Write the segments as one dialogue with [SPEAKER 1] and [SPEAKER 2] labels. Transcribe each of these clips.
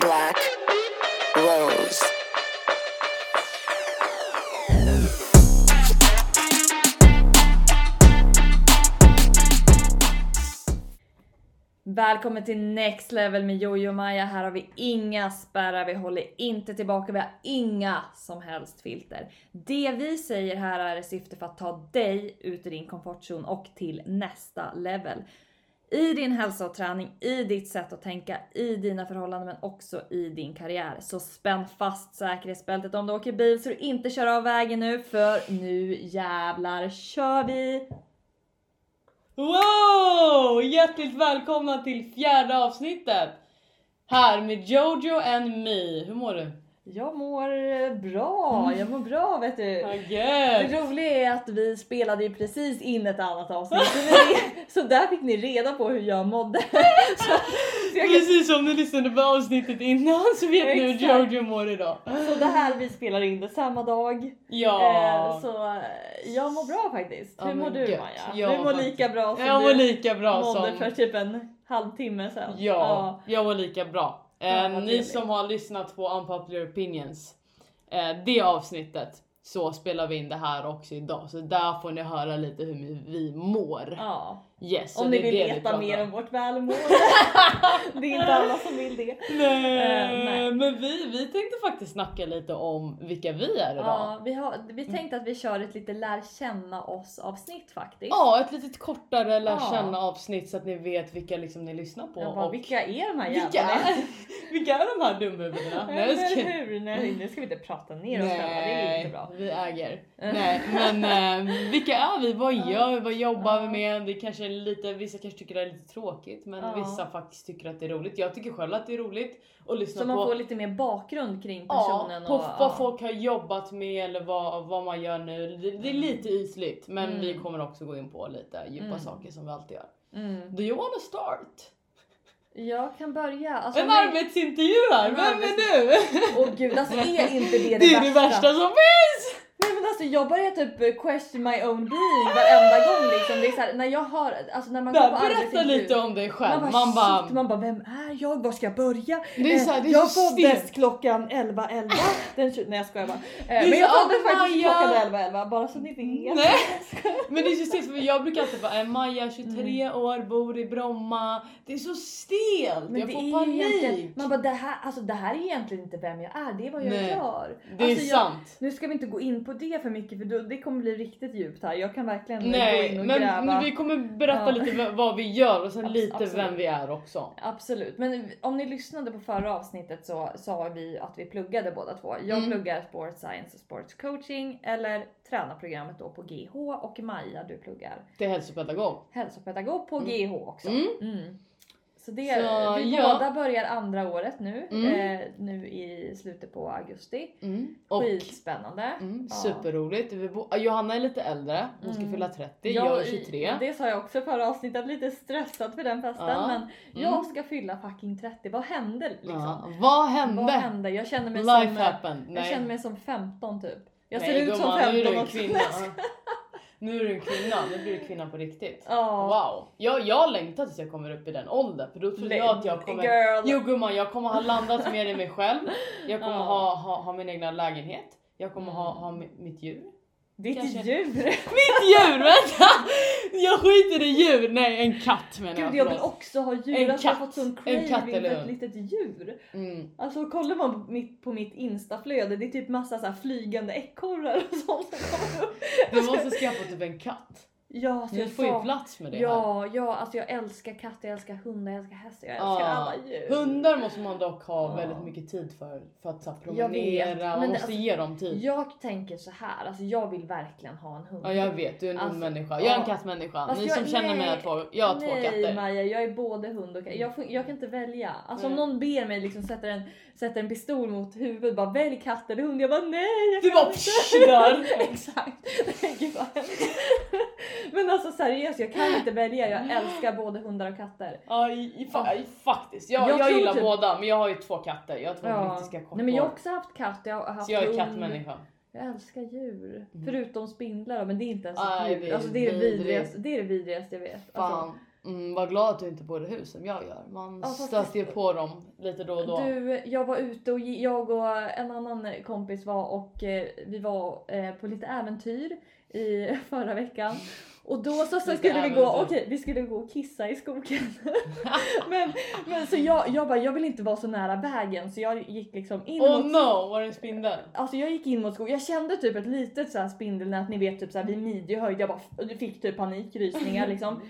[SPEAKER 1] Black Rose.
[SPEAKER 2] Välkommen till Next Level med Jojo och Maja. Här har vi inga spärrar, vi håller inte tillbaka, vi har inga som helst filter. Det vi säger här är i syfte för att ta dig ut ur din komfortzon och till nästa level. I din hälsa och träning, i ditt sätt att tänka, i dina förhållanden men också i din karriär. Så spänn fast säkerhetsbältet om du åker bil så du inte kör av vägen nu för nu jävlar kör vi!
[SPEAKER 3] Wow! Hjärtligt välkomna till fjärde avsnittet! Här med Jojo and me. Hur mår du?
[SPEAKER 2] Jag mår bra, jag mår bra vet du.
[SPEAKER 3] Gött!
[SPEAKER 2] Det roliga är att vi spelade ju precis in ett annat avsnitt. Så, ni- så där fick ni reda på hur jag mådde. Så, så, jag kan,
[SPEAKER 3] Precis som ni lyssnade på avsnittet innan så vet ni hur
[SPEAKER 2] Exakt.
[SPEAKER 3] Jojo mår idag.
[SPEAKER 2] så det här vi spelar in det samma dag. Eh,
[SPEAKER 3] Ja.
[SPEAKER 2] så eh, jag mår bra faktiskt.
[SPEAKER 3] Ja,
[SPEAKER 2] Hur mår
[SPEAKER 3] men
[SPEAKER 2] du
[SPEAKER 3] gött.
[SPEAKER 2] Maja?
[SPEAKER 3] Jag
[SPEAKER 2] du mår
[SPEAKER 3] faktiskt-
[SPEAKER 2] lika bra som
[SPEAKER 3] Jag mår
[SPEAKER 2] du
[SPEAKER 3] lika bra
[SPEAKER 2] mådde
[SPEAKER 3] som...
[SPEAKER 2] för typ en halvtimme sedan.
[SPEAKER 3] Ja, jag var lika bra.
[SPEAKER 2] Ja,
[SPEAKER 3] Eh,
[SPEAKER 2] vad
[SPEAKER 3] ni
[SPEAKER 2] trevligt.
[SPEAKER 3] som har lyssnat på Unpopular Opinions, eh, det avsnittet, så spelar vi in det här också idag. Så där får ni höra lite hur vi mår.
[SPEAKER 2] Ja.
[SPEAKER 3] Yes, så
[SPEAKER 2] Om
[SPEAKER 3] det
[SPEAKER 2] ni
[SPEAKER 3] är
[SPEAKER 2] vill
[SPEAKER 3] det vi
[SPEAKER 2] veta
[SPEAKER 3] pratar
[SPEAKER 2] mer
[SPEAKER 3] om.
[SPEAKER 2] om vårt välmående. det är inte alla som vill det.
[SPEAKER 3] Nej,
[SPEAKER 2] Eh, nej.
[SPEAKER 3] men vi, vi tänkte faktiskt snacka lite om vilka vi är idag. Ja,
[SPEAKER 2] Ja, vi, har, vi tänkte att vi kör ett lite lär känna oss avsnitt faktiskt.
[SPEAKER 3] ett lite kortare lär
[SPEAKER 2] Ja.
[SPEAKER 3] känna avsnitt så att ni vet vilka liksom ni lyssnar på.
[SPEAKER 2] Jag bara,
[SPEAKER 3] och
[SPEAKER 2] vilka är de här
[SPEAKER 3] vilka,
[SPEAKER 2] jävlarna?
[SPEAKER 3] är, vilka är de här dumhuvudena? Nej, jag
[SPEAKER 2] Eller
[SPEAKER 3] skojar. Mm.
[SPEAKER 2] hur? Nej, nu ska vi inte prata ner oss själva, det är inte bra. Mm.
[SPEAKER 3] vi äger. Nej, men eh, vilka är vi? Vad gör vi? Vad jobbar vi
[SPEAKER 2] Ja.
[SPEAKER 3] med? Det kanske är lite, vissa kanske tycker det är lite tråkigt men
[SPEAKER 2] Ja.
[SPEAKER 3] vissa faktiskt tycker att det är roligt. Jag tycker själv att det är roligt att lyssna
[SPEAKER 2] Så man
[SPEAKER 3] på
[SPEAKER 2] får lite mer bakgrund kring
[SPEAKER 3] Ja,
[SPEAKER 2] personen.
[SPEAKER 3] på
[SPEAKER 2] och,
[SPEAKER 3] vad folk har jobbat med eller vad, vad man gör nu. Det, det är lite ytligt men
[SPEAKER 2] Mm.
[SPEAKER 3] vi kommer också gå in på lite djupa
[SPEAKER 2] Mm.
[SPEAKER 3] saker som vi alltid gör.
[SPEAKER 2] Mm.
[SPEAKER 3] Do you wanna start?
[SPEAKER 2] Jag kan börja. Alltså,
[SPEAKER 3] en
[SPEAKER 2] nej-
[SPEAKER 3] arbetsintervju här,
[SPEAKER 2] En
[SPEAKER 3] vem är
[SPEAKER 2] arbets-
[SPEAKER 3] du?
[SPEAKER 2] Åh gud, alltså är inte det det,
[SPEAKER 3] det är det värsta som finns!
[SPEAKER 2] Nej men alltså jag börjar typ question my own being varenda gång liksom. Det är så här, när jag har, alltså när man går på
[SPEAKER 3] Där, berätta
[SPEAKER 2] arbetsintervju,
[SPEAKER 3] lite om dig själv.
[SPEAKER 2] Man bara,
[SPEAKER 3] Man bara,
[SPEAKER 2] shit, man bara vem är jag? Var ska jag börja?
[SPEAKER 3] Det är
[SPEAKER 2] Eh,
[SPEAKER 3] så här, det är
[SPEAKER 2] jag
[SPEAKER 3] så
[SPEAKER 2] föddes
[SPEAKER 3] stelt.
[SPEAKER 2] klockan 11.11. 11. Den tju- Nej jag skojar bara. Eh,
[SPEAKER 3] är
[SPEAKER 2] Men jag
[SPEAKER 3] så,
[SPEAKER 2] föddes
[SPEAKER 3] "Ah,
[SPEAKER 2] faktiskt
[SPEAKER 3] Maja."
[SPEAKER 2] klockan 11.11 bara så ni vet.
[SPEAKER 3] Nej. Men det är så stelt för jag brukar alltid bara "Eh, Maja 23
[SPEAKER 2] Mm.
[SPEAKER 3] år, bor i Bromma. Det är så stelt,
[SPEAKER 2] Men
[SPEAKER 3] jag
[SPEAKER 2] det
[SPEAKER 3] får
[SPEAKER 2] är ju egentligen-
[SPEAKER 3] panik.
[SPEAKER 2] Man bara det här, alltså, det här är egentligen inte vem jag är, det är vad jag
[SPEAKER 3] Nej,
[SPEAKER 2] gör.
[SPEAKER 3] Det är
[SPEAKER 2] alltså, jag,
[SPEAKER 3] sant.
[SPEAKER 2] nu ska vi inte gå in på det för mycket för då, det kommer bli riktigt djupt här. Jag kan verkligen gå in
[SPEAKER 3] Nej
[SPEAKER 2] och
[SPEAKER 3] men
[SPEAKER 2] gräva.
[SPEAKER 3] vi kommer berätta
[SPEAKER 2] Ja.
[SPEAKER 3] lite v- vad vi gör och sen
[SPEAKER 2] Abs-
[SPEAKER 3] lite vem
[SPEAKER 2] absolut.
[SPEAKER 3] vi är också.
[SPEAKER 2] Absolut, men om ni lyssnade på förra avsnittet så sa vi att vi pluggade båda två. Jag
[SPEAKER 3] Mm.
[SPEAKER 2] pluggar sports science och sports coaching eller tränarprogrammet då på GH och Maja du pluggar
[SPEAKER 3] Det är hälsopedagog.
[SPEAKER 2] hälsopedagog på
[SPEAKER 3] Mm.
[SPEAKER 2] GH också.
[SPEAKER 3] Mm.
[SPEAKER 2] Mm. Så det,
[SPEAKER 3] Så,
[SPEAKER 2] vi
[SPEAKER 3] ja.
[SPEAKER 2] båda börjar andra året nu,
[SPEAKER 3] Mm.
[SPEAKER 2] eh, nu i slutet på augusti.
[SPEAKER 3] Och
[SPEAKER 2] Skitspännande.
[SPEAKER 3] mm,
[SPEAKER 2] Mm, Ja.
[SPEAKER 3] superroligt. Vi bo- Johanna är lite äldre, hon ska
[SPEAKER 2] Mm.
[SPEAKER 3] fylla 30,
[SPEAKER 2] Ja,
[SPEAKER 3] jag är 23.
[SPEAKER 2] Det sa jag också förra avsnittet, lite stressad för den festen.
[SPEAKER 3] Ja. Mm.
[SPEAKER 2] Men jag ska fylla fucking 30, vad hände liksom?
[SPEAKER 3] Ja. Vad hände?
[SPEAKER 2] Vad hände? Jag känner mig,
[SPEAKER 3] Life
[SPEAKER 2] som, eh,
[SPEAKER 3] happened.
[SPEAKER 2] jag
[SPEAKER 3] Nej.
[SPEAKER 2] känner mig som 15 typ. Jag
[SPEAKER 3] Nej,
[SPEAKER 2] ser ut som
[SPEAKER 3] gumman, nu är du
[SPEAKER 2] 15
[SPEAKER 3] en
[SPEAKER 2] också.
[SPEAKER 3] kvinna. Nu är du en kvinna, nu blir du kvinna på riktigt.
[SPEAKER 2] Ja.
[SPEAKER 3] Wow, jag, jag längtar tills jag kommer upp i den åldern för då tror
[SPEAKER 2] Le-
[SPEAKER 3] jag att jag kommer...
[SPEAKER 2] Girl.
[SPEAKER 3] Jo gumman, jag kommer ha landat mer i mig själv. Jag kommer
[SPEAKER 2] Ja.
[SPEAKER 3] ha, ha, ha min egna lägenhet. Jag kommer ha, ha mi- mitt djur.
[SPEAKER 2] Ditt
[SPEAKER 3] kanske-
[SPEAKER 2] djur.
[SPEAKER 3] Mitt djur! Vänta! Jag skiter i djur! Nej, en katt menar
[SPEAKER 2] Gud
[SPEAKER 3] jag.
[SPEAKER 2] jag vill
[SPEAKER 3] förlåt.
[SPEAKER 2] också ha djur.
[SPEAKER 3] En
[SPEAKER 2] alltså, jag har
[SPEAKER 3] katt.
[SPEAKER 2] fått sån
[SPEAKER 3] En katt
[SPEAKER 2] craving för
[SPEAKER 3] eller
[SPEAKER 2] ett
[SPEAKER 3] hund.
[SPEAKER 2] litet djur.
[SPEAKER 3] Mm.
[SPEAKER 2] Alltså kollar man på mitt, på mitt instaflöde det är typ massa så här flygande ekorrar och sånt som kommer upp.
[SPEAKER 3] Du måste skaffa typ en katt.
[SPEAKER 2] Ja, så
[SPEAKER 3] Du
[SPEAKER 2] jag
[SPEAKER 3] får ju
[SPEAKER 2] saknar
[SPEAKER 3] plats med det här.
[SPEAKER 2] Ja, ja, alltså jag älskar katter, jag älskar hundar, jag älskar hästar, jag älskar
[SPEAKER 3] Ja.
[SPEAKER 2] alla djur.
[SPEAKER 3] Hundar måste man dock ha
[SPEAKER 2] Ja.
[SPEAKER 3] väldigt mycket tid för. För att så här,
[SPEAKER 2] Jag vet,
[SPEAKER 3] promenera,
[SPEAKER 2] men
[SPEAKER 3] man
[SPEAKER 2] det-
[SPEAKER 3] måste
[SPEAKER 2] alltså,
[SPEAKER 3] ge dem tid.
[SPEAKER 2] Jag tänker så här, alltså jag vill verkligen ha en hund.
[SPEAKER 3] Ja jag vet, du är en ond
[SPEAKER 2] Alltså,
[SPEAKER 3] människa. Jag är en
[SPEAKER 2] ja.
[SPEAKER 3] kattmänniska.
[SPEAKER 2] Fast
[SPEAKER 3] Ni
[SPEAKER 2] jag-
[SPEAKER 3] som känner mig
[SPEAKER 2] nej,
[SPEAKER 3] har två, jag har två
[SPEAKER 2] Nej
[SPEAKER 3] katter.
[SPEAKER 2] Maja, jag är både hund och katt. Jag, får- jag kan inte välja. Alltså om
[SPEAKER 3] Nej.
[SPEAKER 2] någon ber mig liksom sätta en, sätta en pistol mot huvudet bara välj katt eller hund. Jag bara nej! Jag
[SPEAKER 3] Du
[SPEAKER 2] kan
[SPEAKER 3] bara
[SPEAKER 2] inte."
[SPEAKER 3] psch, där.
[SPEAKER 2] Exakt! Nej, Gud vad hemskt. Men alltså seriöst, jag kan inte välja. Jag älskar både hundar och katter.
[SPEAKER 3] Ja, i- i- fa- i- faktiskt. Jag,
[SPEAKER 2] Jag
[SPEAKER 3] jag,
[SPEAKER 2] tror
[SPEAKER 3] gillar
[SPEAKER 2] typ-
[SPEAKER 3] båda men jag har ju två katter. Jag har två brittiska korpor.
[SPEAKER 2] Nej men jag har också haft katt, jag har haft
[SPEAKER 3] Så jag är
[SPEAKER 2] hund.
[SPEAKER 3] kattmänniska.
[SPEAKER 2] Jag älskar djur.
[SPEAKER 3] Mm.
[SPEAKER 2] Förutom spindlar då, men det är inte ens ett
[SPEAKER 3] Aj,
[SPEAKER 2] djur.
[SPEAKER 3] det är
[SPEAKER 2] alltså, det, är det,
[SPEAKER 3] vidrigt.
[SPEAKER 2] vidrigaste, det är det vidrigaste jag vet. Alltså,
[SPEAKER 3] Fan. Mm, var glad att du inte bor i hus som jag gör. Man
[SPEAKER 2] Ja, fast-
[SPEAKER 3] stöter ju på dem lite då och då.
[SPEAKER 2] Du, jag var ute och gi- jag och en annan kompis var och eh, vi var eh, på lite äventyr i förra veckan. Och då så, så
[SPEAKER 3] Lite
[SPEAKER 2] skulle vi gå,
[SPEAKER 3] äventyr.
[SPEAKER 2] okej vi skulle gå och kissa i skogen. men, men så jag, jag bara, jag vill inte vara så nära vägen så jag gick liksom in
[SPEAKER 3] Oh
[SPEAKER 2] mot
[SPEAKER 3] no, var det en spindel?
[SPEAKER 2] Alltså jag gick in mot skogen, jag kände typ ett litet så här spindelnät, ni vet typ så här vid midjehöjd, jag bara f- fick typ panik, rysningar liksom.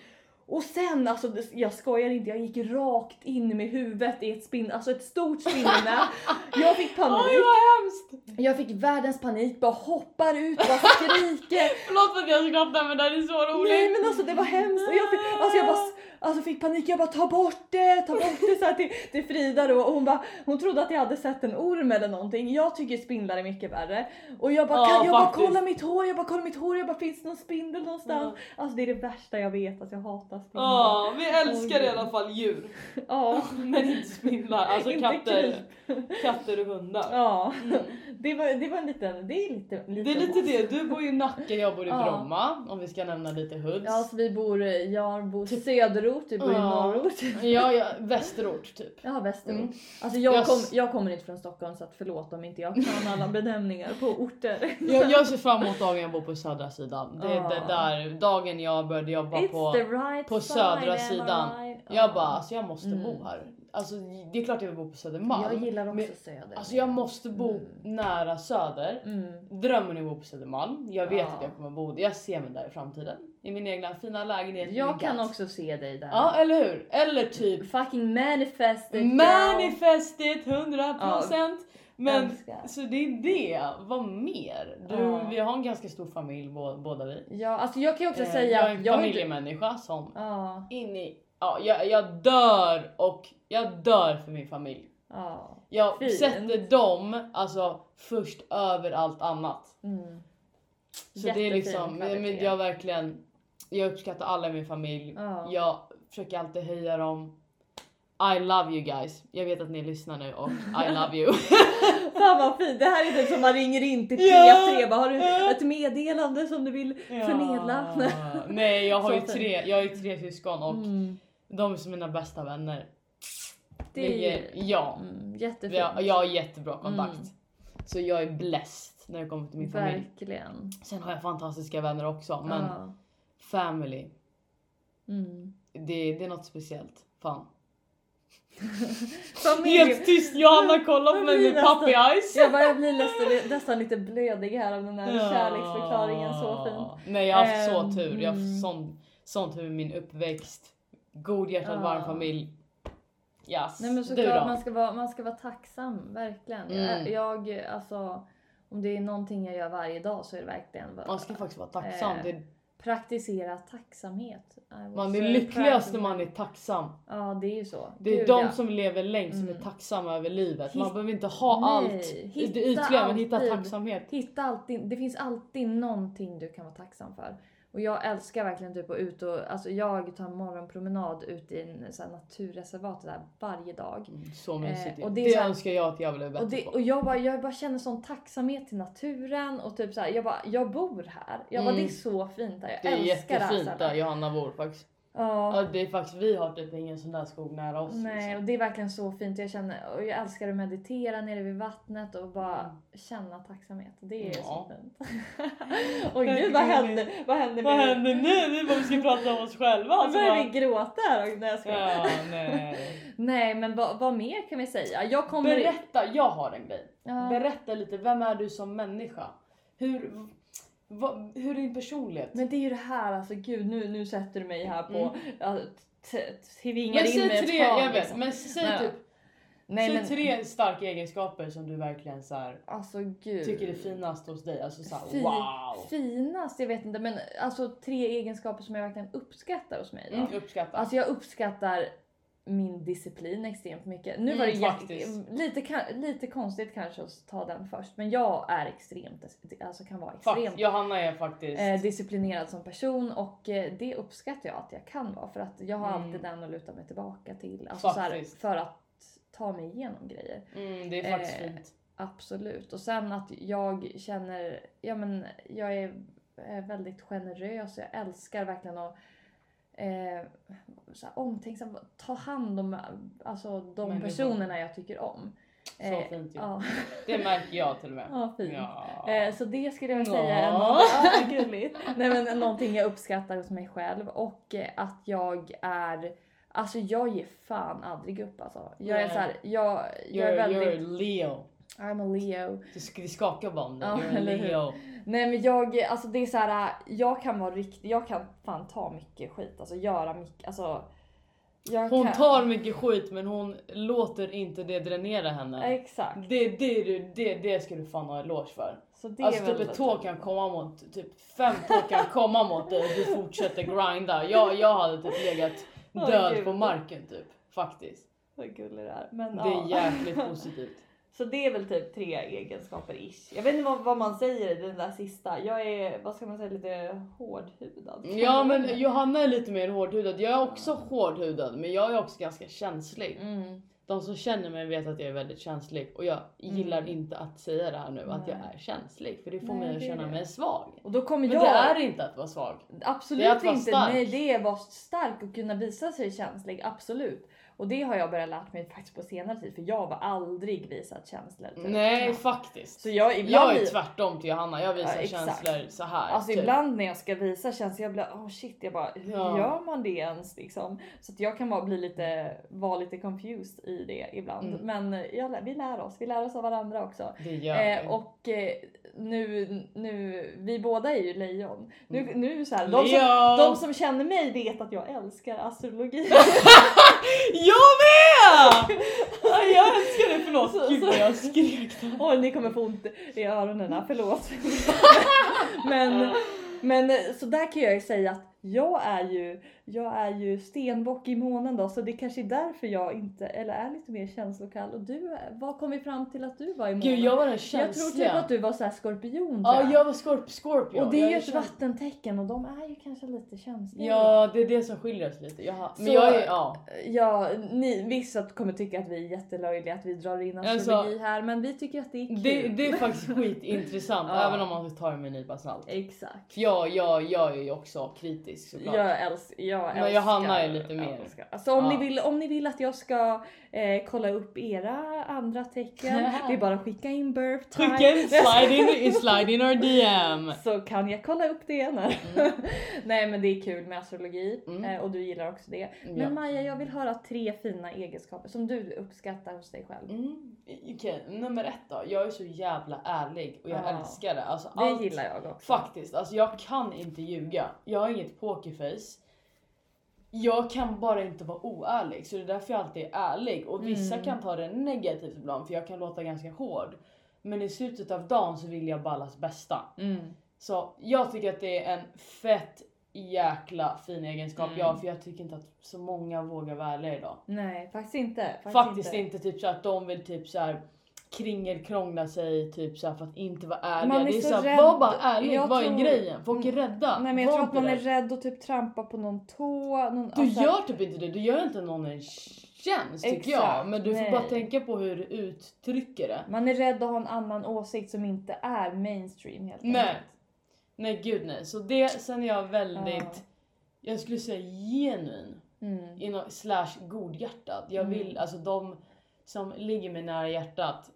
[SPEAKER 2] Och sen alltså, det- jag skojar inte, jag gick rakt in med huvudet i ett spindel, alltså ett stort spindelnät. Jag fick
[SPEAKER 3] Oj
[SPEAKER 2] panik,
[SPEAKER 3] vad hemskt!
[SPEAKER 2] jag fick världens panik, bara hoppar ut, bara skriker.
[SPEAKER 3] Förlåt för att jag skrattar men det här är så roligt.
[SPEAKER 2] Nej men alltså det var hemskt och jag fick, alltså jag bara, s- alltså fick panik, jag bara ta bort det, ta bort det så här till, till Frida då och hon bara, hon trodde att jag hade sett en orm eller någonting. Jag tycker spindlar är mycket värre och jag bara,
[SPEAKER 3] Ja,
[SPEAKER 2] kan, jag bara
[SPEAKER 3] faktiskt.
[SPEAKER 2] kolla mitt hår, jag bara kolla mitt hår, jag bara finns det någon spindel någonstans?
[SPEAKER 3] Ja.
[SPEAKER 2] Alltså det är det värsta jag vet, alltså jag hatar spindlar.
[SPEAKER 3] Ja, vi älskar i alla fall djur.
[SPEAKER 2] Ja,
[SPEAKER 3] Men inte spindlar, alltså
[SPEAKER 2] Inte
[SPEAKER 3] katter,
[SPEAKER 2] kryp.
[SPEAKER 3] katter och hundar.
[SPEAKER 2] ja.
[SPEAKER 3] Mm.
[SPEAKER 2] Det, var, det var en liten, det är lite, lite
[SPEAKER 3] Det är lite det, du bor i Nacka, jag bor i
[SPEAKER 2] Ja.
[SPEAKER 3] Bromma om vi ska nämna lite hoods.
[SPEAKER 2] Ja, så vi bor, eh, jag bor söderort, du bor i
[SPEAKER 3] Ja.
[SPEAKER 2] norrort.
[SPEAKER 3] Ja, ja, västerort typ.
[SPEAKER 2] Ja, västerort.
[SPEAKER 3] Mm.
[SPEAKER 2] Alltså jag,
[SPEAKER 3] Jag s-
[SPEAKER 2] kom, jag kommer inte från Stockholm så att förlåt om inte jag kan alla benämningar på orter.
[SPEAKER 3] Jag, jag ser fram emot dagen jag bor på södra sidan. Det är
[SPEAKER 2] Ja.
[SPEAKER 3] det där, dagen jag började jobba
[SPEAKER 2] It's
[SPEAKER 3] på
[SPEAKER 2] the right
[SPEAKER 3] på
[SPEAKER 2] side,
[SPEAKER 3] södra
[SPEAKER 2] am I
[SPEAKER 3] sidan.
[SPEAKER 2] right? Ja.
[SPEAKER 3] Jag bara, alltså jag måste
[SPEAKER 2] Mm.
[SPEAKER 3] bo här. Alltså det är klart jag vill bo på Södermalm.
[SPEAKER 2] Jag gillar också
[SPEAKER 3] men-
[SPEAKER 2] söder.
[SPEAKER 3] Alltså jag måste bo
[SPEAKER 2] Mm.
[SPEAKER 3] nära Söder.
[SPEAKER 2] mm.
[SPEAKER 3] Drömmen är att bo på Södermalm. Jag vet
[SPEAKER 2] Ja.
[SPEAKER 3] att jag kommer bo där. Jag ser mig där i framtiden. I min egna fina lägenhet. i min
[SPEAKER 2] Jag kan
[SPEAKER 3] gatt.
[SPEAKER 2] också se dig där.
[SPEAKER 3] Ja eller hur? Eller typ
[SPEAKER 2] Fucking manifested girl.
[SPEAKER 3] manifest it 100% Men
[SPEAKER 2] Älskar.
[SPEAKER 3] så det är det. Vad mer? Du,
[SPEAKER 2] Ja.
[SPEAKER 3] Vi har en ganska stor familj bå, båda vi.
[SPEAKER 2] Ja, alltså jag kan ju också
[SPEAKER 3] Eh,
[SPEAKER 2] säga
[SPEAKER 3] jag är
[SPEAKER 2] att
[SPEAKER 3] en
[SPEAKER 2] jag har inte-
[SPEAKER 3] familjemänniska som
[SPEAKER 2] Ja,
[SPEAKER 3] in i... Ja, jag, jag dör och jag dör för min familj.
[SPEAKER 2] ja.
[SPEAKER 3] Jag
[SPEAKER 2] Fint.
[SPEAKER 3] sätter dem alltså först över allt annat.
[SPEAKER 2] Mm.
[SPEAKER 3] Så det är liksom,
[SPEAKER 2] Jättefin
[SPEAKER 3] men men
[SPEAKER 2] kvalitet.
[SPEAKER 3] jag verkligen, jag uppskattar alla i min familj.
[SPEAKER 2] Ja.
[SPEAKER 3] Jag försöker alltid höja dem. I love you guys. Jag vet att ni lyssnar nu och I love you.
[SPEAKER 2] Fan vad fint, det här är typ som man ringer in till
[SPEAKER 3] Ja.
[SPEAKER 2] P3 bara har du ett meddelande som du vill förmedla?
[SPEAKER 3] Ja. Nej jag har
[SPEAKER 2] Så
[SPEAKER 3] ju
[SPEAKER 2] fint.
[SPEAKER 3] tre, jag har ju tre syskon och
[SPEAKER 2] Mm.
[SPEAKER 3] de är som mina bästa vänner.
[SPEAKER 2] Det är
[SPEAKER 3] Ligger- ja.
[SPEAKER 2] Mm, jättefint.
[SPEAKER 3] Vi har, jag har jättebra kontakt.
[SPEAKER 2] Mm.
[SPEAKER 3] Så jag är blessed när det kommer till min familj.
[SPEAKER 2] Verkligen.
[SPEAKER 3] Sen har jag fantastiska vänner också men
[SPEAKER 2] Ja.
[SPEAKER 3] family,
[SPEAKER 2] Mm.
[SPEAKER 3] det, det är något speciellt. Fan. Helt
[SPEAKER 2] Familj.
[SPEAKER 3] tyst Johanna kollar på mig
[SPEAKER 2] Familj
[SPEAKER 3] med puppy eyes.
[SPEAKER 2] Jag, bara, jag blir nästan, nästan lite blödig här av den här
[SPEAKER 3] Ja.
[SPEAKER 2] kärleksförklaringen, så fin.
[SPEAKER 3] Nej jag har haft
[SPEAKER 2] Ehm,
[SPEAKER 3] så tur, jag har
[SPEAKER 2] mm.
[SPEAKER 3] haft sån, sån tur med min uppväxt. Godhjärtad
[SPEAKER 2] Ja.
[SPEAKER 3] varm familj. Yes.
[SPEAKER 2] Nej men
[SPEAKER 3] du då?
[SPEAKER 2] såklart man ska, vara, man ska vara tacksam, verkligen.
[SPEAKER 3] Mm.
[SPEAKER 2] Jag, jag, alltså, om det är någonting jag gör varje dag så är det verkligen bara
[SPEAKER 3] Man ska faktiskt vara tacksam.
[SPEAKER 2] Eh,
[SPEAKER 3] Det,
[SPEAKER 2] praktisera tacksamhet. I was
[SPEAKER 3] man är
[SPEAKER 2] so
[SPEAKER 3] lyckligast när
[SPEAKER 2] proud.
[SPEAKER 3] man är tacksam.
[SPEAKER 2] Ja det är ju så.
[SPEAKER 3] Det är
[SPEAKER 2] Gud,
[SPEAKER 3] de
[SPEAKER 2] ja.
[SPEAKER 3] som lever längst som
[SPEAKER 2] Mm.
[SPEAKER 3] är tacksamma över livet.
[SPEAKER 2] Hitt-
[SPEAKER 3] Man behöver inte ha
[SPEAKER 2] Nej,
[SPEAKER 3] allt i
[SPEAKER 2] hitta
[SPEAKER 3] det ytliga men hitta
[SPEAKER 2] alltid.
[SPEAKER 3] tacksamhet.
[SPEAKER 2] Hitta alltid, det finns alltid någonting du kan vara tacksam för. Och jag älskar verkligen typ att ut och, alltså jag tar en morgonpromenad ut i en så här naturreservat där varje dag.
[SPEAKER 3] Mm, Så mysigt.
[SPEAKER 2] Eh, och det
[SPEAKER 3] det
[SPEAKER 2] är så här-
[SPEAKER 3] önskar jag att jag blev bättre
[SPEAKER 2] Och, det,
[SPEAKER 3] på.
[SPEAKER 2] och jag, bara, jag bara känner sån tacksamhet till naturen och typ så här, jag bara, jag bor här. Jag bara,
[SPEAKER 3] Mm.
[SPEAKER 2] det är så fint här. Jag
[SPEAKER 3] Det är
[SPEAKER 2] älskar det här. så
[SPEAKER 3] jättefint där
[SPEAKER 2] här.
[SPEAKER 3] Johanna bor faktiskt. Ja.
[SPEAKER 2] Ja.
[SPEAKER 3] det är faktiskt. Vi har typ ingen sån där skog nära oss.
[SPEAKER 2] Nej, och
[SPEAKER 3] liksom.
[SPEAKER 2] det är verkligen så fint. Jag, känner, och jag älskar att meditera nere vid vattnet och bara
[SPEAKER 3] Mm.
[SPEAKER 2] känna tacksamhet. Det är
[SPEAKER 3] Ja.
[SPEAKER 2] så fint. och gud vad händer, vad händer
[SPEAKER 3] Mm. Vad
[SPEAKER 2] med
[SPEAKER 3] händer nu? Vi bara ska prata om oss själva.
[SPEAKER 2] Nu
[SPEAKER 3] Alltså,
[SPEAKER 2] börjar vi
[SPEAKER 3] bara-
[SPEAKER 2] gråta här och- nej, jag skojar.
[SPEAKER 3] ja, nej.
[SPEAKER 2] Nej men vad, vad mer kan vi säga? Jag kommer...
[SPEAKER 3] Berätta, jag har en grej.
[SPEAKER 2] Ja.
[SPEAKER 3] Berätta lite, vem är du som människa? Hur, vad, hur är din personlighet?
[SPEAKER 2] Men det är ju det här alltså gud nu, nu sätter du mig här på...
[SPEAKER 3] Mm.
[SPEAKER 2] ja, t- t- Tvingar
[SPEAKER 3] Jag
[SPEAKER 2] in mig i
[SPEAKER 3] säger
[SPEAKER 2] ett
[SPEAKER 3] tre,
[SPEAKER 2] hörn,
[SPEAKER 3] jag vet,
[SPEAKER 2] liksom.
[SPEAKER 3] men säg
[SPEAKER 2] Nej,
[SPEAKER 3] typ
[SPEAKER 2] Nej
[SPEAKER 3] Säg
[SPEAKER 2] men
[SPEAKER 3] tre starka egenskaper som du verkligen så här,
[SPEAKER 2] alltså gud.
[SPEAKER 3] tycker är finast hos dig. Alltså så här,
[SPEAKER 2] Fi-
[SPEAKER 3] wow!
[SPEAKER 2] Finast, jag vet inte men alltså tre egenskaper som jag verkligen uppskattar hos mig. Då.
[SPEAKER 3] Mm, uppskattar.
[SPEAKER 2] Alltså jag uppskattar min disciplin extremt mycket. Nu var det
[SPEAKER 3] Mm,
[SPEAKER 2] jä-
[SPEAKER 3] faktiskt.
[SPEAKER 2] lite, ka- lite konstigt kanske att ta den först men jag är extremt, alltså kan vara extremt
[SPEAKER 3] Fakt, Johanna är faktiskt...
[SPEAKER 2] eh, disciplinerad som person och eh, det uppskattar jag att jag kan vara för att jag har
[SPEAKER 3] Mm.
[SPEAKER 2] alltid den att luta mig tillbaka till. Alltså så här,
[SPEAKER 3] Faktiskt.
[SPEAKER 2] för att ta mig igenom grejer.
[SPEAKER 3] mm, det är faktiskt
[SPEAKER 2] eh,
[SPEAKER 3] fint.
[SPEAKER 2] Absolut. Och sen att jag känner, ja men jag är eh, väldigt generös och jag älskar verkligen att eh, så här, omtänksam, ta hand om alltså, de
[SPEAKER 3] Människor.
[SPEAKER 2] personerna jag tycker om. Eh,
[SPEAKER 3] fint ju.
[SPEAKER 2] ja.
[SPEAKER 3] Det märker jag till och med.
[SPEAKER 2] ja, fint.
[SPEAKER 3] Ja.
[SPEAKER 2] Eh, Så det skulle jag vilja säga
[SPEAKER 3] Ja.
[SPEAKER 2] är något, ja, gulligt. Nej, men någonting jag uppskattar hos mig själv och eh, att jag är Alltså jag ger fan aldrig upp alltså. Jag är
[SPEAKER 3] Nej.
[SPEAKER 2] så här, jag, jag
[SPEAKER 3] You're,
[SPEAKER 2] är väldigt...
[SPEAKER 3] you're Leo.
[SPEAKER 2] I'm a Leo.
[SPEAKER 3] Du sk- Det skakar bara om dig.
[SPEAKER 2] Ja,
[SPEAKER 3] You're a
[SPEAKER 2] eller hur?
[SPEAKER 3] Leo.
[SPEAKER 2] Nej men jag, alltså det är så här, jag kan vara riktig, jag kan fan ta mycket skit. Alltså göra mycket, alltså. Jag
[SPEAKER 3] Hon
[SPEAKER 2] kan,
[SPEAKER 3] tar mycket skit men hon låter inte det dränera henne.
[SPEAKER 2] Exakt.
[SPEAKER 3] Det, det, är du- det, det ska du fan ha eloge för.
[SPEAKER 2] Så det är
[SPEAKER 3] alltså
[SPEAKER 2] väl
[SPEAKER 3] typ ett
[SPEAKER 2] lite-
[SPEAKER 3] tåg kan komma mot, typ fem tåg kan komma mot dig och du fortsätter grinda. Jag, jag hade typ legat
[SPEAKER 2] Åh,
[SPEAKER 3] död
[SPEAKER 2] gud.
[SPEAKER 3] på marken typ. Faktiskt.
[SPEAKER 2] Vad gullig det är. Men,
[SPEAKER 3] Det
[SPEAKER 2] ja.
[SPEAKER 3] är jäkligt positivt.
[SPEAKER 2] Så det är väl typ tre egenskaper ish. Jag vet inte vad, vad man säger i den där sista. Jag är, vad ska man säga, lite hårdhudad.
[SPEAKER 3] Ja men Johanna är lite mer hårdhudad. Jag är också hårdhudad men jag är också ganska känslig.
[SPEAKER 2] Mm.
[SPEAKER 3] De som känner mig vet att jag är väldigt känslig och jag gillar inte att säga det här nu att jag
[SPEAKER 2] Nej.
[SPEAKER 3] är känslig för det får
[SPEAKER 2] Nej,
[SPEAKER 3] mig att
[SPEAKER 2] det är
[SPEAKER 3] känna
[SPEAKER 2] det.
[SPEAKER 3] mig svag.
[SPEAKER 2] Och då kommer
[SPEAKER 3] Men
[SPEAKER 2] jag... Typ.
[SPEAKER 3] det är inte att vara svag.
[SPEAKER 2] Absolut
[SPEAKER 3] Det är att vara
[SPEAKER 2] inte.
[SPEAKER 3] stark.
[SPEAKER 2] Nej, det är att vara stark och kunna visa sig känslig. Absolut. Och det har jag börjat lärt mig faktiskt på senare tid för jag var aldrig visat känslor. typ.
[SPEAKER 3] Nej faktiskt.
[SPEAKER 2] Så jag ibland...
[SPEAKER 3] jag är tvärtom till Johanna, jag visar
[SPEAKER 2] Ja, exakt.
[SPEAKER 3] känslor så här.
[SPEAKER 2] Alltså
[SPEAKER 3] typ.
[SPEAKER 2] ibland när jag ska visa känslor jag blir oh shit jag bara hur
[SPEAKER 3] Ja.
[SPEAKER 2] gör man det ens liksom? Så att jag kan bara bli lite, vara lite confused i det ibland.
[SPEAKER 3] Mm.
[SPEAKER 2] Men eh, jag, lär- vi lär oss, vi lär oss av varandra också.
[SPEAKER 3] Det gör
[SPEAKER 2] Eh,
[SPEAKER 3] vi.
[SPEAKER 2] och eh, nu, nu, vi båda är ju lejon. Nu,
[SPEAKER 3] Mm.
[SPEAKER 2] nu så här, de, som,
[SPEAKER 3] Leo!
[SPEAKER 2] de som känner mig vet att jag älskar astrologi.
[SPEAKER 3] Jag med! Ja, jag älskar det, förlåt.
[SPEAKER 2] Så-
[SPEAKER 3] Gud
[SPEAKER 2] så-
[SPEAKER 3] vad jag skrek där.
[SPEAKER 2] Oj ni kommer få ont i öronen, förlåt. men, men så där kan jag ju säga att jag är ju, jag är ju stenbock i månen då så det kanske är därför jag inte, eller är lite mer känslokall. Och du, vad kom vi fram till att du var i månen?
[SPEAKER 3] Gud jag var den
[SPEAKER 2] Jag tror
[SPEAKER 3] känsliga.
[SPEAKER 2] typ att du var såhär skorpion tror
[SPEAKER 3] Ja jag var skorp Scorpio.
[SPEAKER 2] Och det
[SPEAKER 3] Jag
[SPEAKER 2] är ju ett
[SPEAKER 3] käns-
[SPEAKER 2] vattentecken och de är ju kanske lite känsliga.
[SPEAKER 3] Ja det är det som skiljer oss lite. Jag har... Men
[SPEAKER 2] Så-
[SPEAKER 3] jag är, ja.
[SPEAKER 2] Ja, ni, vissa kommer tycka att vi är jättelöjliga att vi drar in
[SPEAKER 3] Alltså,
[SPEAKER 2] astrologi här men vi tycker att det är kul.
[SPEAKER 3] Det, det är faktiskt skitintressant
[SPEAKER 2] Ja.
[SPEAKER 3] även om man tar det med en nypa salt.
[SPEAKER 2] Exakt.
[SPEAKER 3] För jag, jag, jag är ju också kritisk såklart.
[SPEAKER 2] Jag, älsk, jag älskar...
[SPEAKER 3] Men Johanna är lite mer-
[SPEAKER 2] älskar. Alltså om,
[SPEAKER 3] Ja.
[SPEAKER 2] ni vill, om ni vill att jag ska eh, kolla upp era andra tecken, det är bara att skicka in birth time.
[SPEAKER 3] Skicka en slide in, slide in our DM.
[SPEAKER 2] Så kan jag kolla upp det när. Nej men det är kul med astrologi
[SPEAKER 3] Mm.
[SPEAKER 2] eh, och du gillar också det. Men
[SPEAKER 3] Ja.
[SPEAKER 2] Maja jag vill höra tre fina egenskaper som du uppskattar hos dig själv.
[SPEAKER 3] Mm, Okej, nummer ett då. Jag är så jävla ärlig och jag
[SPEAKER 2] Ja.
[SPEAKER 3] älskar det. Alltså,
[SPEAKER 2] Det
[SPEAKER 3] allt,
[SPEAKER 2] gillar jag också.
[SPEAKER 3] Faktiskt, alltså jag kan inte ljuga. Jag har inget pokerface. Jag kan bara inte vara oärlig så det är därför jag alltid är ärlig. Och vissa
[SPEAKER 2] Mm.
[SPEAKER 3] kan ta det negativt ibland för jag kan låta ganska hård. Men i slutet av dagen så vill jag bara allas bästa.
[SPEAKER 2] Mm.
[SPEAKER 3] Så jag tycker att det är en fett jäkla fin egenskap
[SPEAKER 2] Mm.
[SPEAKER 3] jag har, för jag tycker inte att så många vågar vara ärliga idag.
[SPEAKER 2] Nej faktiskt inte.
[SPEAKER 3] Faktiskt inte typ så att de vill typ så här kringelkrångla sig typ så här för att inte vara ärliga.
[SPEAKER 2] Man är
[SPEAKER 3] det är
[SPEAKER 2] så
[SPEAKER 3] så, här,
[SPEAKER 2] rädd.
[SPEAKER 3] var bara ärlig,
[SPEAKER 2] Jag
[SPEAKER 3] vad är
[SPEAKER 2] tror- Mm.
[SPEAKER 3] grejen? Folk är rädda.
[SPEAKER 2] Nej men jag
[SPEAKER 3] Var
[SPEAKER 2] tror att
[SPEAKER 3] inte
[SPEAKER 2] man är
[SPEAKER 3] det.
[SPEAKER 2] rädd att typ trampa på någon tå. Någon,
[SPEAKER 3] Du
[SPEAKER 2] alltså-
[SPEAKER 3] gör typ inte det, du gör inte någon en tjänst tycker jag.
[SPEAKER 2] Exakt,
[SPEAKER 3] Men du får
[SPEAKER 2] nej.
[SPEAKER 3] bara tänka på hur du uttrycker det.
[SPEAKER 2] Man är rädd att ha en annan åsikt som inte är mainstream helt
[SPEAKER 3] Nej. Nej gud nej. Så det, sen är jag väldigt,
[SPEAKER 2] Ja.
[SPEAKER 3] jag skulle säga genuin.
[SPEAKER 2] Mm.
[SPEAKER 3] inom, slash godhjärtad. Jag vill,
[SPEAKER 2] Mm.
[SPEAKER 3] alltså de som ligger mig nära hjärtat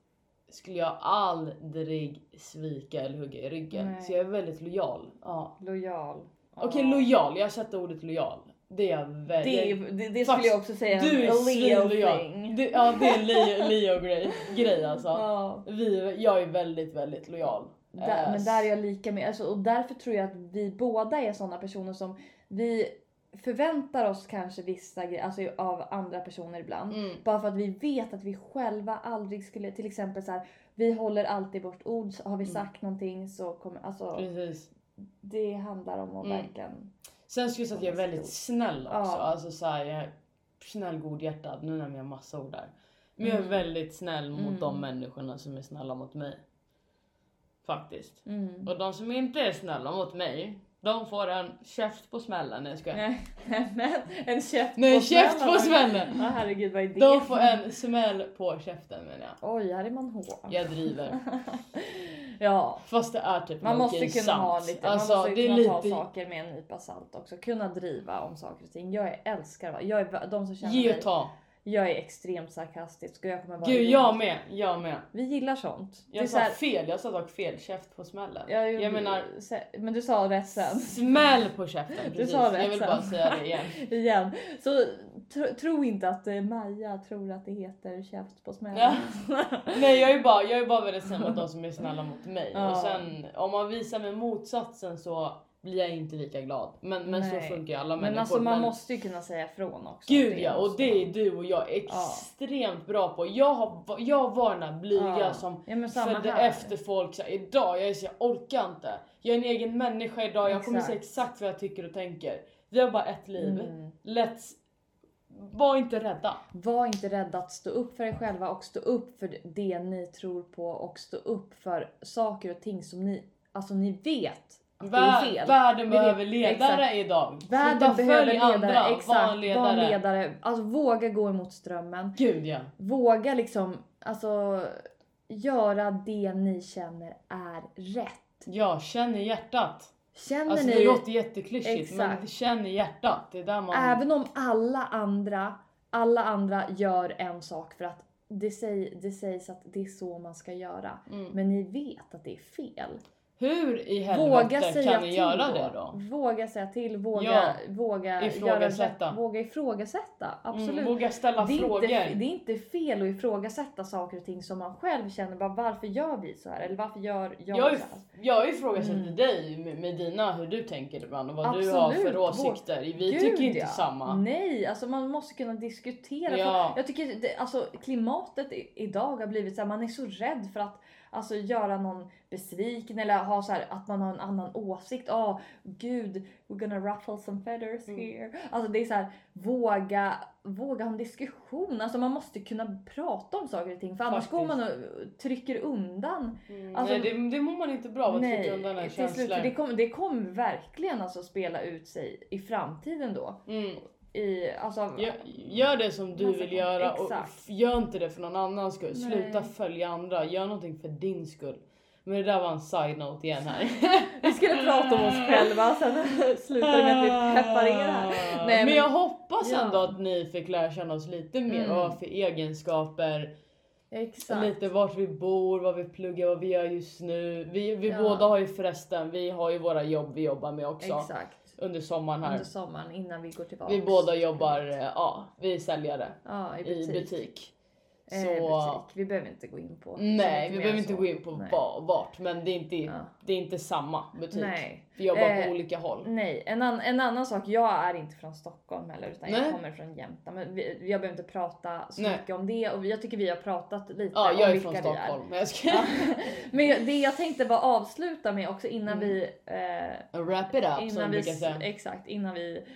[SPEAKER 3] skulle jag aldrig svika eller hugga i ryggen.
[SPEAKER 2] Nej.
[SPEAKER 3] Så jag är väldigt lojal. Ja.
[SPEAKER 2] Lojal.
[SPEAKER 3] Okej
[SPEAKER 2] Ja.
[SPEAKER 3] lojal, jag sätter ordet lojal. Det är jag
[SPEAKER 2] Det, är-
[SPEAKER 3] väldigt.
[SPEAKER 2] det, det skulle
[SPEAKER 3] Faktiskt,
[SPEAKER 2] jag också säga
[SPEAKER 3] Du är
[SPEAKER 2] en Leo
[SPEAKER 3] svinlojal.
[SPEAKER 2] thing.
[SPEAKER 3] Du- Ja det är Leo, Leo grej, grej alltså.
[SPEAKER 2] Ja.
[SPEAKER 3] Vi, jag är väldigt väldigt lojal.
[SPEAKER 2] Där,
[SPEAKER 3] Eh,
[SPEAKER 2] men där är jag lika med. Alltså, och därför tror jag att vi båda är sådana personer som vi förväntar oss kanske vissa grejer alltså, av andra personer ibland.
[SPEAKER 3] mm.
[SPEAKER 2] Bara för att vi vet att vi själva aldrig skulle, till exempel så här, vi håller alltid vårt ord. Så har vi
[SPEAKER 3] Mm.
[SPEAKER 2] sagt någonting så kommer, alltså
[SPEAKER 3] Precis.
[SPEAKER 2] det handlar om att
[SPEAKER 3] Mm.
[SPEAKER 2] verkligen.
[SPEAKER 3] Sen skulle jag säga att jag är väldigt snäll också.
[SPEAKER 2] Ja.
[SPEAKER 3] Alltså så här, jag är snäll, godhjärtad. Nu nämner jag massa ord där. Men jag är
[SPEAKER 2] Mm.
[SPEAKER 3] väldigt snäll mot
[SPEAKER 2] Mm.
[SPEAKER 3] de människorna som är snälla mot mig. Faktiskt.
[SPEAKER 2] Mm.
[SPEAKER 3] Och de som inte är snälla mot mig, de får en käft på smällen. Nej jag skojar.
[SPEAKER 2] Nej, men en käft
[SPEAKER 3] Nej,
[SPEAKER 2] på
[SPEAKER 3] käft på
[SPEAKER 2] smällen.
[SPEAKER 3] smällen!
[SPEAKER 2] Ja herregud vad är det?
[SPEAKER 3] De får en smäll på käften menar jag.
[SPEAKER 2] Oj, här är man hård.
[SPEAKER 3] Jag driver.
[SPEAKER 2] Ja.
[SPEAKER 3] Fast det är typ
[SPEAKER 2] Man
[SPEAKER 3] low-key
[SPEAKER 2] måste kunna
[SPEAKER 3] sant.
[SPEAKER 2] ha lite,
[SPEAKER 3] Alltså,
[SPEAKER 2] man måste
[SPEAKER 3] det är
[SPEAKER 2] kunna
[SPEAKER 3] lite...
[SPEAKER 2] ta saker med en nypa salt också. Kunna driva om saker och ting. Jag älskar va- jag är, de som känner
[SPEAKER 3] Ge
[SPEAKER 2] mig.
[SPEAKER 3] och ta.
[SPEAKER 2] Jag är extremt sarkastisk och jag kommer vara
[SPEAKER 3] Gud
[SPEAKER 2] ironisk.
[SPEAKER 3] jag med, jag med.
[SPEAKER 2] Vi gillar sånt. Det är
[SPEAKER 3] Jag
[SPEAKER 2] så
[SPEAKER 3] sa
[SPEAKER 2] här-
[SPEAKER 3] fel, jag sa dock fel. Käft på smällen.
[SPEAKER 2] jag,
[SPEAKER 3] jag menar
[SPEAKER 2] men du sa rätt sen.
[SPEAKER 3] smäll på käften. Precis.
[SPEAKER 2] sa rätt
[SPEAKER 3] jag vill bara
[SPEAKER 2] sen.
[SPEAKER 3] säga det igen.
[SPEAKER 2] Igen. Så tro, tro inte att eh, Maja tror att det heter käft på smällen.
[SPEAKER 3] Ja. Nej jag är bara, jag är bara väldigt snäll mot de som är snälla mot mig.
[SPEAKER 2] Ja.
[SPEAKER 3] Och sen om man visar mig motsatsen så blir jag inte lika glad. Men, men så
[SPEAKER 2] Nej.
[SPEAKER 3] funkar ju alla
[SPEAKER 2] men
[SPEAKER 3] människor.
[SPEAKER 2] alltså man
[SPEAKER 3] Men-
[SPEAKER 2] måste ju kunna säga ifrån också.
[SPEAKER 3] Gud ja, och
[SPEAKER 2] måste
[SPEAKER 3] det är
[SPEAKER 2] man.
[SPEAKER 3] du och jag extremt bra på. Jag, har, jag var den där blyga
[SPEAKER 2] Ja.
[SPEAKER 3] som
[SPEAKER 2] ja, men samma
[SPEAKER 3] följde
[SPEAKER 2] här.
[SPEAKER 3] efter folk så här, idag. Jag är så jag orkar inte. Jag är en egen människa idag. Jag kommer säga
[SPEAKER 2] Exakt.
[SPEAKER 3] exakt vad jag tycker och tänker. Vi har bara ett liv.
[SPEAKER 2] Mm.
[SPEAKER 3] Let's... Var inte rädda.
[SPEAKER 2] Var inte rädda att stå upp för er själva och stå upp för det ni tror på och stå upp för saker och ting som ni, alltså ni vet att det är
[SPEAKER 3] Vär,
[SPEAKER 2] fel.
[SPEAKER 3] världen
[SPEAKER 2] Vi
[SPEAKER 3] behöver
[SPEAKER 2] vet-
[SPEAKER 3] ledare
[SPEAKER 2] exakt.
[SPEAKER 3] idag. Sluta
[SPEAKER 2] Världen behöver
[SPEAKER 3] följ
[SPEAKER 2] ledare,
[SPEAKER 3] andra.
[SPEAKER 2] exakt.
[SPEAKER 3] Var en ledare.
[SPEAKER 2] Var en ledare. Alltså våga gå emot strömmen.
[SPEAKER 3] Gud ja.
[SPEAKER 2] Våga liksom, alltså göra det ni känner är rätt.
[SPEAKER 3] Ja, känn i hjärtat.
[SPEAKER 2] Känner
[SPEAKER 3] Alltså det
[SPEAKER 2] ni
[SPEAKER 3] låter jätteklyschigt men
[SPEAKER 2] Exakt.
[SPEAKER 3] känn i hjärtat. Det är där man...
[SPEAKER 2] Även om alla andra, alla andra gör en sak för att det, säg, det sägs att det är så man ska göra.
[SPEAKER 3] Mm.
[SPEAKER 2] Men ni vet att det är fel.
[SPEAKER 3] Hur i
[SPEAKER 2] Våga
[SPEAKER 3] helvete
[SPEAKER 2] säga
[SPEAKER 3] kan ni
[SPEAKER 2] till
[SPEAKER 3] göra
[SPEAKER 2] då.
[SPEAKER 3] det då? Mm,
[SPEAKER 2] Våga säga till, våga,
[SPEAKER 3] Ja.
[SPEAKER 2] våga,
[SPEAKER 3] Ifrågasätta.
[SPEAKER 2] Göra, rätt- våga ifrågasätta. Absolut.
[SPEAKER 3] Mm, våga ställa
[SPEAKER 2] det, är
[SPEAKER 3] frågor.
[SPEAKER 2] inte, det är inte fel att ifrågasätta saker och ting som man själv känner, bara, varför gör vi så här? Eller varför gör jag,
[SPEAKER 3] jag,
[SPEAKER 2] så här?
[SPEAKER 3] if- jag ifrågasätter
[SPEAKER 2] Mm.
[SPEAKER 3] dig med, med dina, hur du tänker ibland och vad du har
[SPEAKER 2] Absolut,
[SPEAKER 3] för
[SPEAKER 2] vår-
[SPEAKER 3] åsikter. Vi
[SPEAKER 2] Gud,
[SPEAKER 3] tycker inte
[SPEAKER 2] ja.
[SPEAKER 3] samma.
[SPEAKER 2] Nej, alltså man måste kunna diskutera.
[SPEAKER 3] Ja.
[SPEAKER 2] För jag tycker det, alltså, klimatet i, idag har blivit så här, man är så rädd för att alltså, göra någon besviken eller ha så här, att man har en annan åsikt. Åh gud, we're gonna ruffle some feathers
[SPEAKER 3] Mm.
[SPEAKER 2] here. Alltså det är så här, våga, våga ha en diskussion. Alltså man måste kunna prata om saker och ting för annars går man och trycker undan
[SPEAKER 3] Mm,
[SPEAKER 2] Alltså-
[SPEAKER 3] nej, det, det mår man inte bra av att trycka undan den
[SPEAKER 2] Nej, till slut. För det
[SPEAKER 3] känslan.
[SPEAKER 2] kommer det kom verkligen alltså spela ut sig i framtiden då.
[SPEAKER 3] Mm.
[SPEAKER 2] I, alltså,
[SPEAKER 3] Gör, gör det som du
[SPEAKER 2] Massa
[SPEAKER 3] vill
[SPEAKER 2] kon-
[SPEAKER 3] göra och
[SPEAKER 2] exakt.
[SPEAKER 3] f- gör inte det för någon annans skull.
[SPEAKER 2] Nej.
[SPEAKER 3] Sluta följa andra, gör någonting för din skull. Men det där var en side-note igen här.
[SPEAKER 2] Vi skulle prata om oss själva sen slutar det med att vi peppar er här.
[SPEAKER 3] Ah.
[SPEAKER 2] Nej,
[SPEAKER 3] men,
[SPEAKER 2] men-
[SPEAKER 3] jag hoppas
[SPEAKER 2] Ja.
[SPEAKER 3] ändå att ni fick lära känna oss lite mer.
[SPEAKER 2] Mm.
[SPEAKER 3] Vad vi har för egenskaper,
[SPEAKER 2] Exakt.
[SPEAKER 3] lite vart vi bor, vad vi pluggar, vad vi gör just nu. Vi, vi
[SPEAKER 2] Ja.
[SPEAKER 3] båda har ju förresten, vi har ju våra jobb vi jobbar med också
[SPEAKER 2] Exakt.
[SPEAKER 3] under sommaren här.
[SPEAKER 2] Under sommaren innan vi går tillbaka.
[SPEAKER 3] vi båda jobbar, eh, ja, vi är säljare
[SPEAKER 2] ja, i
[SPEAKER 3] i
[SPEAKER 2] butik.
[SPEAKER 3] butik.
[SPEAKER 2] Så...
[SPEAKER 3] Så-
[SPEAKER 2] Eh, butik. Vi behöver inte gå in på
[SPEAKER 3] Nej, vi behöver inte gå in på
[SPEAKER 2] Nej.
[SPEAKER 3] va- vart, men det är inte,
[SPEAKER 2] Ja.
[SPEAKER 3] det är inte samma butik.
[SPEAKER 2] Nej.
[SPEAKER 3] Vi jobbar
[SPEAKER 2] Eh,
[SPEAKER 3] på olika håll.
[SPEAKER 2] Nej, en, an, en annan sak. Jag är inte från Stockholm heller utan jag
[SPEAKER 3] Nej.
[SPEAKER 2] kommer från Jämtland. Men vi, jag behöver inte prata så
[SPEAKER 3] Nej.
[SPEAKER 2] mycket om det och jag tycker vi har pratat lite
[SPEAKER 3] Ja,
[SPEAKER 2] om
[SPEAKER 3] jag är
[SPEAKER 2] vilka
[SPEAKER 3] från
[SPEAKER 2] vi är.
[SPEAKER 3] Stockholm. Jag ska
[SPEAKER 2] Ja. Men jag- det jag tänkte bara avsluta med också innan
[SPEAKER 3] Mm.
[SPEAKER 2] vi... Eh,
[SPEAKER 3] wrap it up som
[SPEAKER 2] innan
[SPEAKER 3] vi
[SPEAKER 2] vi
[SPEAKER 3] brukar
[SPEAKER 2] s-
[SPEAKER 3] säga.
[SPEAKER 2] exakt, innan vi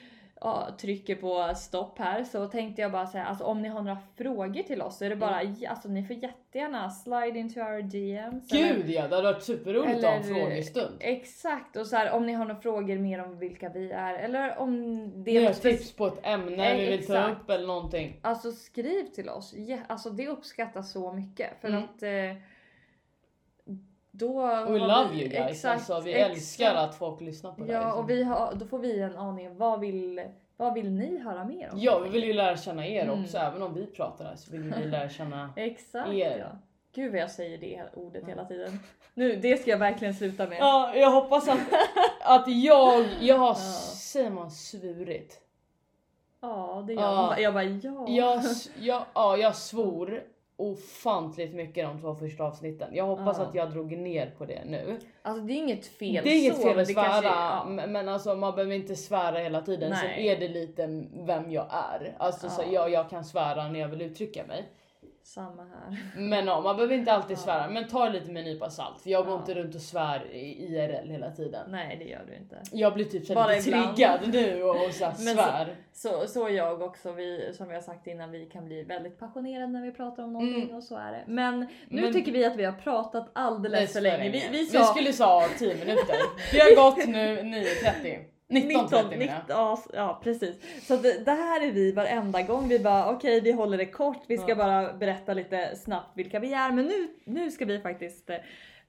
[SPEAKER 2] ja, trycker på stopp här så tänkte jag bara säga alltså om ni har några frågor till oss så är det bara,
[SPEAKER 3] Mm.
[SPEAKER 2] alltså ni får jättegärna slide into our DMs. eller-
[SPEAKER 3] Gud ja, det hade varit superroligt att ha en
[SPEAKER 2] Eller-
[SPEAKER 3] frågestund.
[SPEAKER 2] Exakt och så här, om ni har några frågor mer om vilka vi är eller om det
[SPEAKER 3] Ni
[SPEAKER 2] är
[SPEAKER 3] har
[SPEAKER 2] något spec-
[SPEAKER 3] tips på ett ämne
[SPEAKER 2] Nej,
[SPEAKER 3] vi vill ta
[SPEAKER 2] exakt.
[SPEAKER 3] upp eller någonting.
[SPEAKER 2] Alltså skriv till oss. Ja, alltså det uppskattas så mycket för
[SPEAKER 3] Mm.
[SPEAKER 2] att eh, då...
[SPEAKER 3] We
[SPEAKER 2] har
[SPEAKER 3] love
[SPEAKER 2] vi-
[SPEAKER 3] you guys. alltså, vi älskar att folk lyssnar på det här,
[SPEAKER 2] Ja
[SPEAKER 3] liksom.
[SPEAKER 2] och vi har, då får vi en aning om vad vill, vad vill ni höra mer om?
[SPEAKER 3] ja, vi vill ju lära känna er
[SPEAKER 2] Mm.
[SPEAKER 3] också. Även om vi pratar här så vill vi lära känna
[SPEAKER 2] Exakt
[SPEAKER 3] er.
[SPEAKER 2] ja. Gud vad jag säger det ordet hela tiden. Nu, det ska jag verkligen sluta med.
[SPEAKER 3] Ja, jag hoppas att, att jag, jag har,
[SPEAKER 2] Ja.
[SPEAKER 3] säger man svurit?
[SPEAKER 2] Ja, det gör
[SPEAKER 3] Ja.
[SPEAKER 2] jag. Jag bara ja.
[SPEAKER 3] Jag, s- jag, ja, jag svor ofantligt mycket de två första avsnitten. Jag hoppas
[SPEAKER 2] Ja.
[SPEAKER 3] att jag drog ner på det nu.
[SPEAKER 2] Alltså det är inget fel
[SPEAKER 3] det är inget
[SPEAKER 2] så,
[SPEAKER 3] fel
[SPEAKER 2] men
[SPEAKER 3] att
[SPEAKER 2] det
[SPEAKER 3] svära
[SPEAKER 2] kanske- ja.
[SPEAKER 3] m- men alltså, man behöver inte svära hela tiden. Sen
[SPEAKER 2] Nej.
[SPEAKER 3] är det lite vem jag är. Alltså, så
[SPEAKER 2] Ja.
[SPEAKER 3] jag, jag kan svära när jag vill uttrycka mig.
[SPEAKER 2] Samma här.
[SPEAKER 3] Men ja, man behöver inte alltid
[SPEAKER 2] Ja.
[SPEAKER 3] svära. Men ta det lite med en nypa salt. För jag går
[SPEAKER 2] Ja.
[SPEAKER 3] inte runt och svär i IRL hela tiden.
[SPEAKER 2] Nej det gör du inte.
[SPEAKER 3] Jag blir typ så
[SPEAKER 2] Bara
[SPEAKER 3] här lite
[SPEAKER 2] ibland.
[SPEAKER 3] triggad nu och, och så här,
[SPEAKER 2] Men så-
[SPEAKER 3] svär.
[SPEAKER 2] Så, så är jag också, vi, som vi har sagt innan, vi kan bli väldigt passionerade när vi pratar om någonting
[SPEAKER 3] Mm.
[SPEAKER 2] och så är det. Men nu
[SPEAKER 3] Men-
[SPEAKER 2] tycker vi att vi har pratat alldeles för länge. Vi, vi sa
[SPEAKER 3] vi skulle sa 10 minuter. Det har gått nu 9.30. 19.30
[SPEAKER 2] 19,
[SPEAKER 3] menar jag.
[SPEAKER 2] 19 ja, s- ja precis. Så att det, det här är vi varenda gång. Vi bara okej vi håller det kort. Vi ska
[SPEAKER 3] Ja.
[SPEAKER 2] bara berätta lite snabbt vilka vi är. Men nu, nu ska vi faktiskt eh,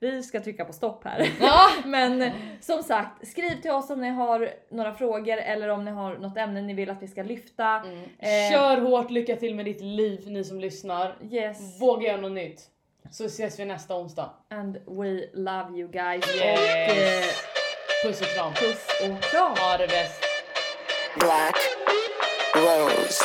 [SPEAKER 2] vi Vi ska trycka på stopp här.
[SPEAKER 4] Ja.
[SPEAKER 2] Men eh, som sagt, skriv till oss om ni har några frågor eller om ni har något ämne ni vill att vi ska lyfta.
[SPEAKER 4] Mm.
[SPEAKER 2] Eh,
[SPEAKER 3] Kör hårt, lycka till med ditt liv ni som lyssnar.
[SPEAKER 2] Yes,
[SPEAKER 3] Våga göra något nytt. Så ses vi nästa onsdag.
[SPEAKER 2] and we love you guys.
[SPEAKER 3] Yes.
[SPEAKER 2] Och eh,
[SPEAKER 3] Puss och kram.
[SPEAKER 2] puss och kram!
[SPEAKER 3] Ha det bäst.
[SPEAKER 1] Black Rose.